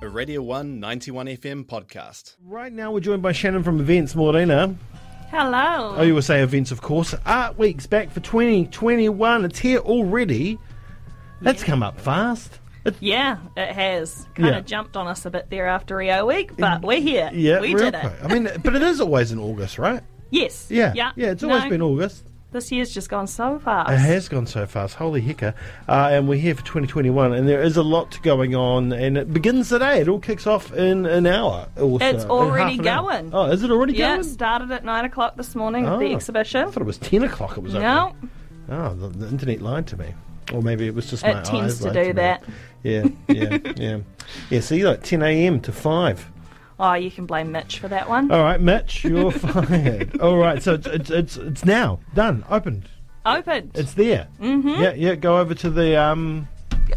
the Radio 1 91 FM podcast. Right now, we're joined by Shannon from Events Morena. Hello. Oh, you will say events, of course. Art Week's back for 2021. It's here already. That's come up fast. It, Yeah, it has kind Yeah. of jumped on us a bit there after Rio week, but we're here. yeah, we real did it. quick. I mean, but it is always in August, right? Yes. Yeah. Yeah. it's always No, been August. This year's just gone so fast. It has gone so fast. Holy hecker. Uh, and we're here for 2021, and there is a lot going on, and it begins today. It all kicks off in an hour. Or so, It's in already half an hour. going. Oh, is it already Yeah, it going? started at nine o'clock this morning with Oh. the exhibition. I thought it was 10 o'clock it was No, opening. Oh, the, the internet lied to me. Or maybe it was just my it tends eyes to lied do me. that. Yeah, yeah, yeah. Yeah, see, like 10 a.m. to 5. Oh, you can blame Mitch for that one. All right, Mitch, you're fired. All right, so it's, it's, it's, it's now done, opened. Opened. It's there. Mm-hmm. Yeah, yeah, go over to the. um.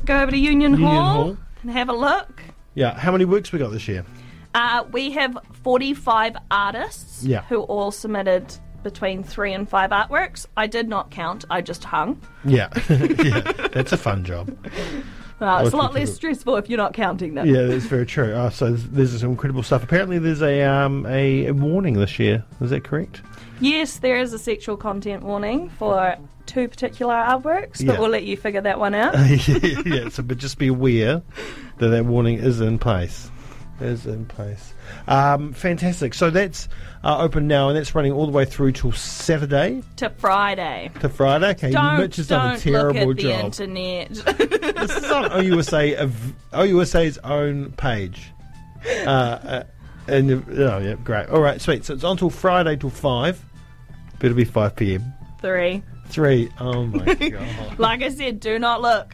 Go over to Union, Union Hall, Hall. and have a look. Yeah, how many works we got this year? Uh, we have 45 artists Yeah. who all submitted between three and five artworks. I did not count, I just hung. Yeah, yeah, that's a fun job. Well, it's a Well, lot if you less took stressful if you're not counting them. Yeah, that's very true. Oh, so there's, there's some incredible stuff. Apparently, there's a um a, a warning this year. Is that correct? Yes, there is a sexual content warning for two particular artworks, Yeah. but we'll let you figure that one out. yeah, yeah, so but just be aware that that warning is in place. Is in place. Um, fantastic. So that's uh, open now, and that's running all the way through till Saturday to Friday. to Friday. Okay, Don't, Mitch has done a don't look terrible at the job. internet. this is on OUSA, of- OUSA's own page. Uh, uh, and oh yeah, great. All right, sweet. So it's on till Friday till five. Better be five p.m. Three. Three. Oh my god. Like I said, do not look.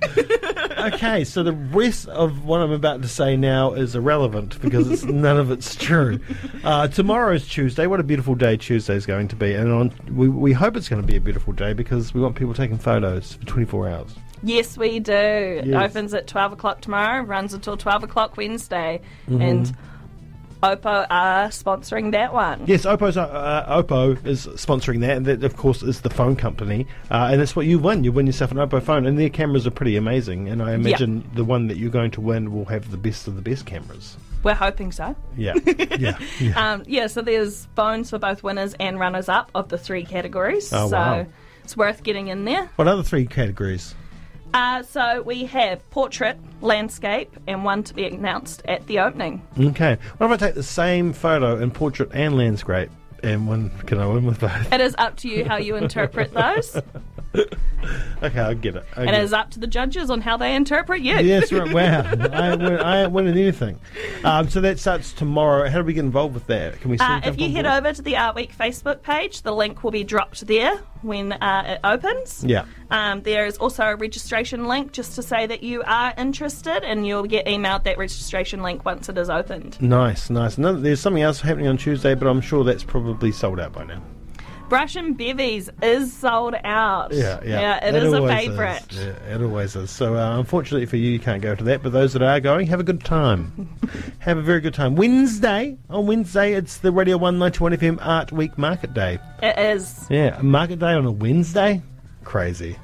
Okay, so the rest of what I'm about to say now is irrelevant because it's, none of it's true. Uh, tomorrow's Tuesday. What a beautiful day Tuesday's going to be, and on we, we hope it's going to be a beautiful day because we want people taking photos for 24 hours. yes, we do. It Yes. opens at 12 o'clock tomorrow, runs until 12 o'clock Wednesday. Mm-hmm. And Oppo are sponsoring that one. Yes, Oppo's, uh, Oppo is sponsoring that, and that of course is the phone company, uh, and that's what you win. You win yourself an Oppo phone, and their cameras are pretty amazing. And I imagine the one that you're going to win will have the best of the best cameras. We're hoping so. Yeah, yeah, yeah. Um, yeah, so there's bones for both winners and runners up of the three categories. Oh, so wow. it's worth getting in there. what other three categories? Uh, so we have portrait, landscape, and one to be announced at the opening. Okay. What if I take the same photo in portrait and landscape and one can I win with both? It is up to you how you interpret those. Okay, I get it. I It get is up to the judges on how they interpret you. Yes, right. Wow. I ain't win, I ain't winning anything. Um, so that starts tomorrow. How do we get involved with that? Can we see Uh, if you head over to the Art Week Facebook page, the link will be dropped there when uh, it opens. Yeah. Um, there is also a registration link just to say that you are interested, and you'll get emailed that registration link once it is opened. Nice, nice. Another, there's something else happening on Tuesday, but I'm sure that's probably sold out by now. Brush and Bevies is sold out. it is a always favourite. Yeah, it always is. So uh, unfortunately for you, you can't go to that. But those that are going, have a good time. have a very good time. Wednesday on Wednesday, it's the Radio One Ninety One FM Art Week Market Day. It is. Yeah, a market day on a Wednesday? Crazy.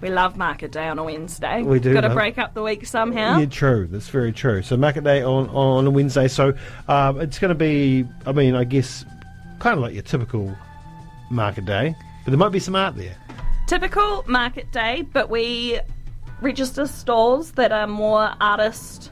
We love Market Day on a Wednesday. We do Got to love- break up the week somehow. Yeah, true. That's very true. So market day on on a Wednesday. So um, it's going to be, I mean, I guess, kind of like your typical market day, but there might be some art there. Typical Market Day, but we register stalls that are more artist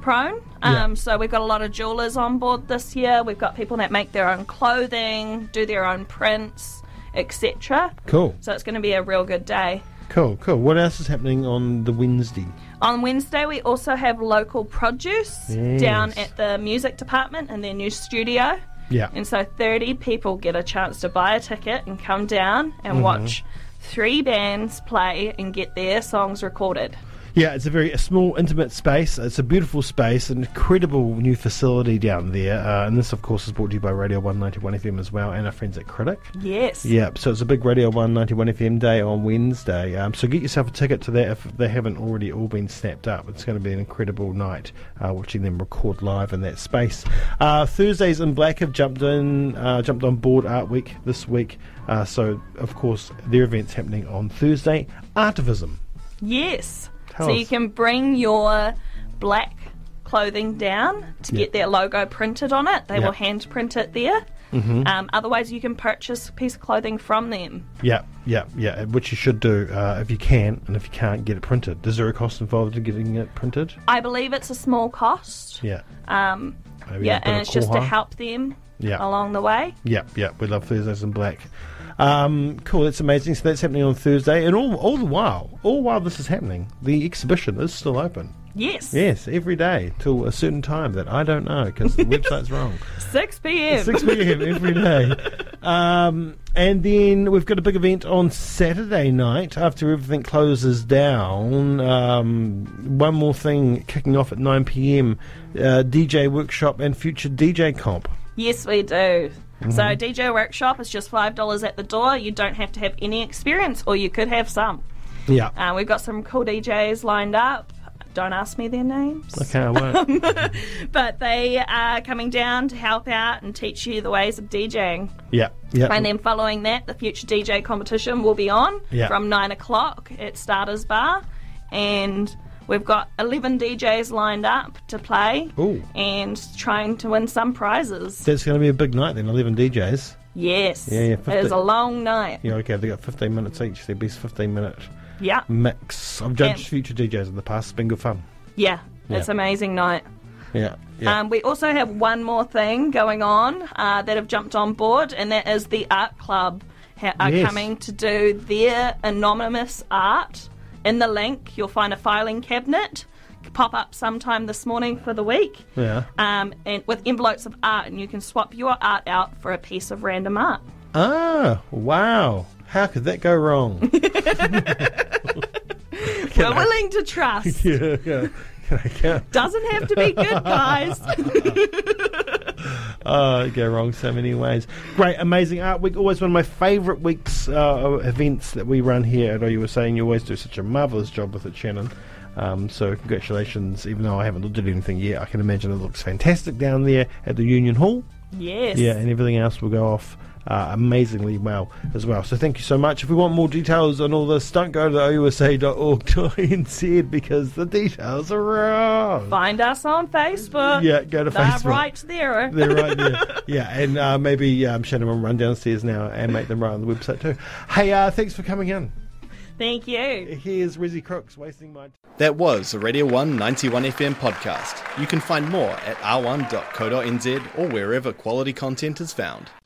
prone. Um, Yeah. So we've got a lot of jewelers on board this year. We've got people that make their own clothing, do their own prints, etc. Cool, So it's going to be a real good day. cool, cool. What else is happening on the Wednesday? On Wednesday, we also have local produce Yes. down at the music department in their new studio. Yeah, And so 30 people get a chance to buy a ticket and come down and Mm-hmm. watch three bands play and get their songs recorded. yeah. It's a very a small, intimate space. It's a beautiful space, an incredible new facility down there. Uh, and this, of course, is brought to you by Radio One Ninety One FM as well, and our friends at Critic. Yes. Yep, so it's a big Radio 191 FM day on Wednesday. Um, so get yourself a ticket to that if they haven't already all been snapped up. It's going to be an incredible night uh, watching them record live in that space. Uh, Thursdays in Black have jumped in, uh, jumped on board Art Week this week. Uh, so, of course, their event's happening on Thursday. Artivism. Yes. Tell so us. you can bring your black clothing down to Yeah. get their logo printed on it. They Yeah. Mm-hmm. will hand print it there. Um, otherwise, you can purchase a piece of clothing from them. Yeah, yeah, yeah. Which you should do uh, if you can, and if you can't, get it printed. Is there a cost involved in getting it printed? I believe it's a small cost. Yeah. Um, Maybe yeah, a bit and of it's just to koha. help them Yeah. along the way. Yeah, yeah. We love Thursdays in black. Um, cool, that's amazing. So that's happening on Thursday, and all all the while, all while this is happening, the exhibition is still open. Yes. Yes, every day till a certain time that I don't know because the website's wrong. 6 p.m. 6 p.m. every day. Um, and then we've got a big event on Saturday night after everything closes down. Um, one more thing kicking off at 9 p.m. Uh, DJ workshop and future DJ comp. Yes, we do. So DJ workshop is just five dollars at the door. You don't have to have any experience, or you could have some. Yeah. Uh, we've got some cool DJs lined up. Don't ask me their names, Okay, I won't. but they are coming down to help out and teach you the ways of DJing. yeah, yeah. And then following that, the future DJ competition will be on Yeah. from nine o'clock at Starters Bar, and we've got eleven DJs lined up to play Ooh. and trying to win some prizes. That's going to be a big night then, 11 DJs. Yes. Yeah, yeah, it is 50. a long night. Yeah, okay, they've got 15 minutes each, their best 15 minute Yeah. mix. I've judged Um, future DJs in the past, it's been good fun. Yeah. Mm. Yeah. It's amazing night. Yeah, yeah. Um, we also have one more thing going on uh, that have jumped on board, and that is the art club ha- are Yes. coming to do their anonymous art. In the link, you'll find a filing cabinet. Pop up sometime this morning for the week, yeah. um, and with envelopes of art, and you can swap your art out for a piece of random art. Ah, wow. How could that go wrong? We're willing to trust. yeah, yeah. Can I count? Doesn't have to be good, guys. Oh, it go wrong so many ways. Great, amazing art week. Always one of my favourite weeks uh, events that we run here. I know you were saying you always do such a marvellous job with it, Shannon. Um, so congratulations. Even though I haven't looked at anything yet, I can imagine it looks fantastic down there at the Union Hall. yes. Yeah, and everything else will go off uh, amazingly well as well. So thank you so much. If we want more details on all this, don't go to ousa.org.nz because the details are wrong. Find us on Facebook. Yeah, go to They're Facebook. right there. They're right there. Yeah, and uh, maybe um, Shannon will run downstairs now and make them right on the website too. Hey, uh, thanks for coming in. Thank you. Here's Rizzy Crooks wasting my time. That was a Radio 1 91 FM podcast. You can find more at r1.co.nz or wherever quality content is found.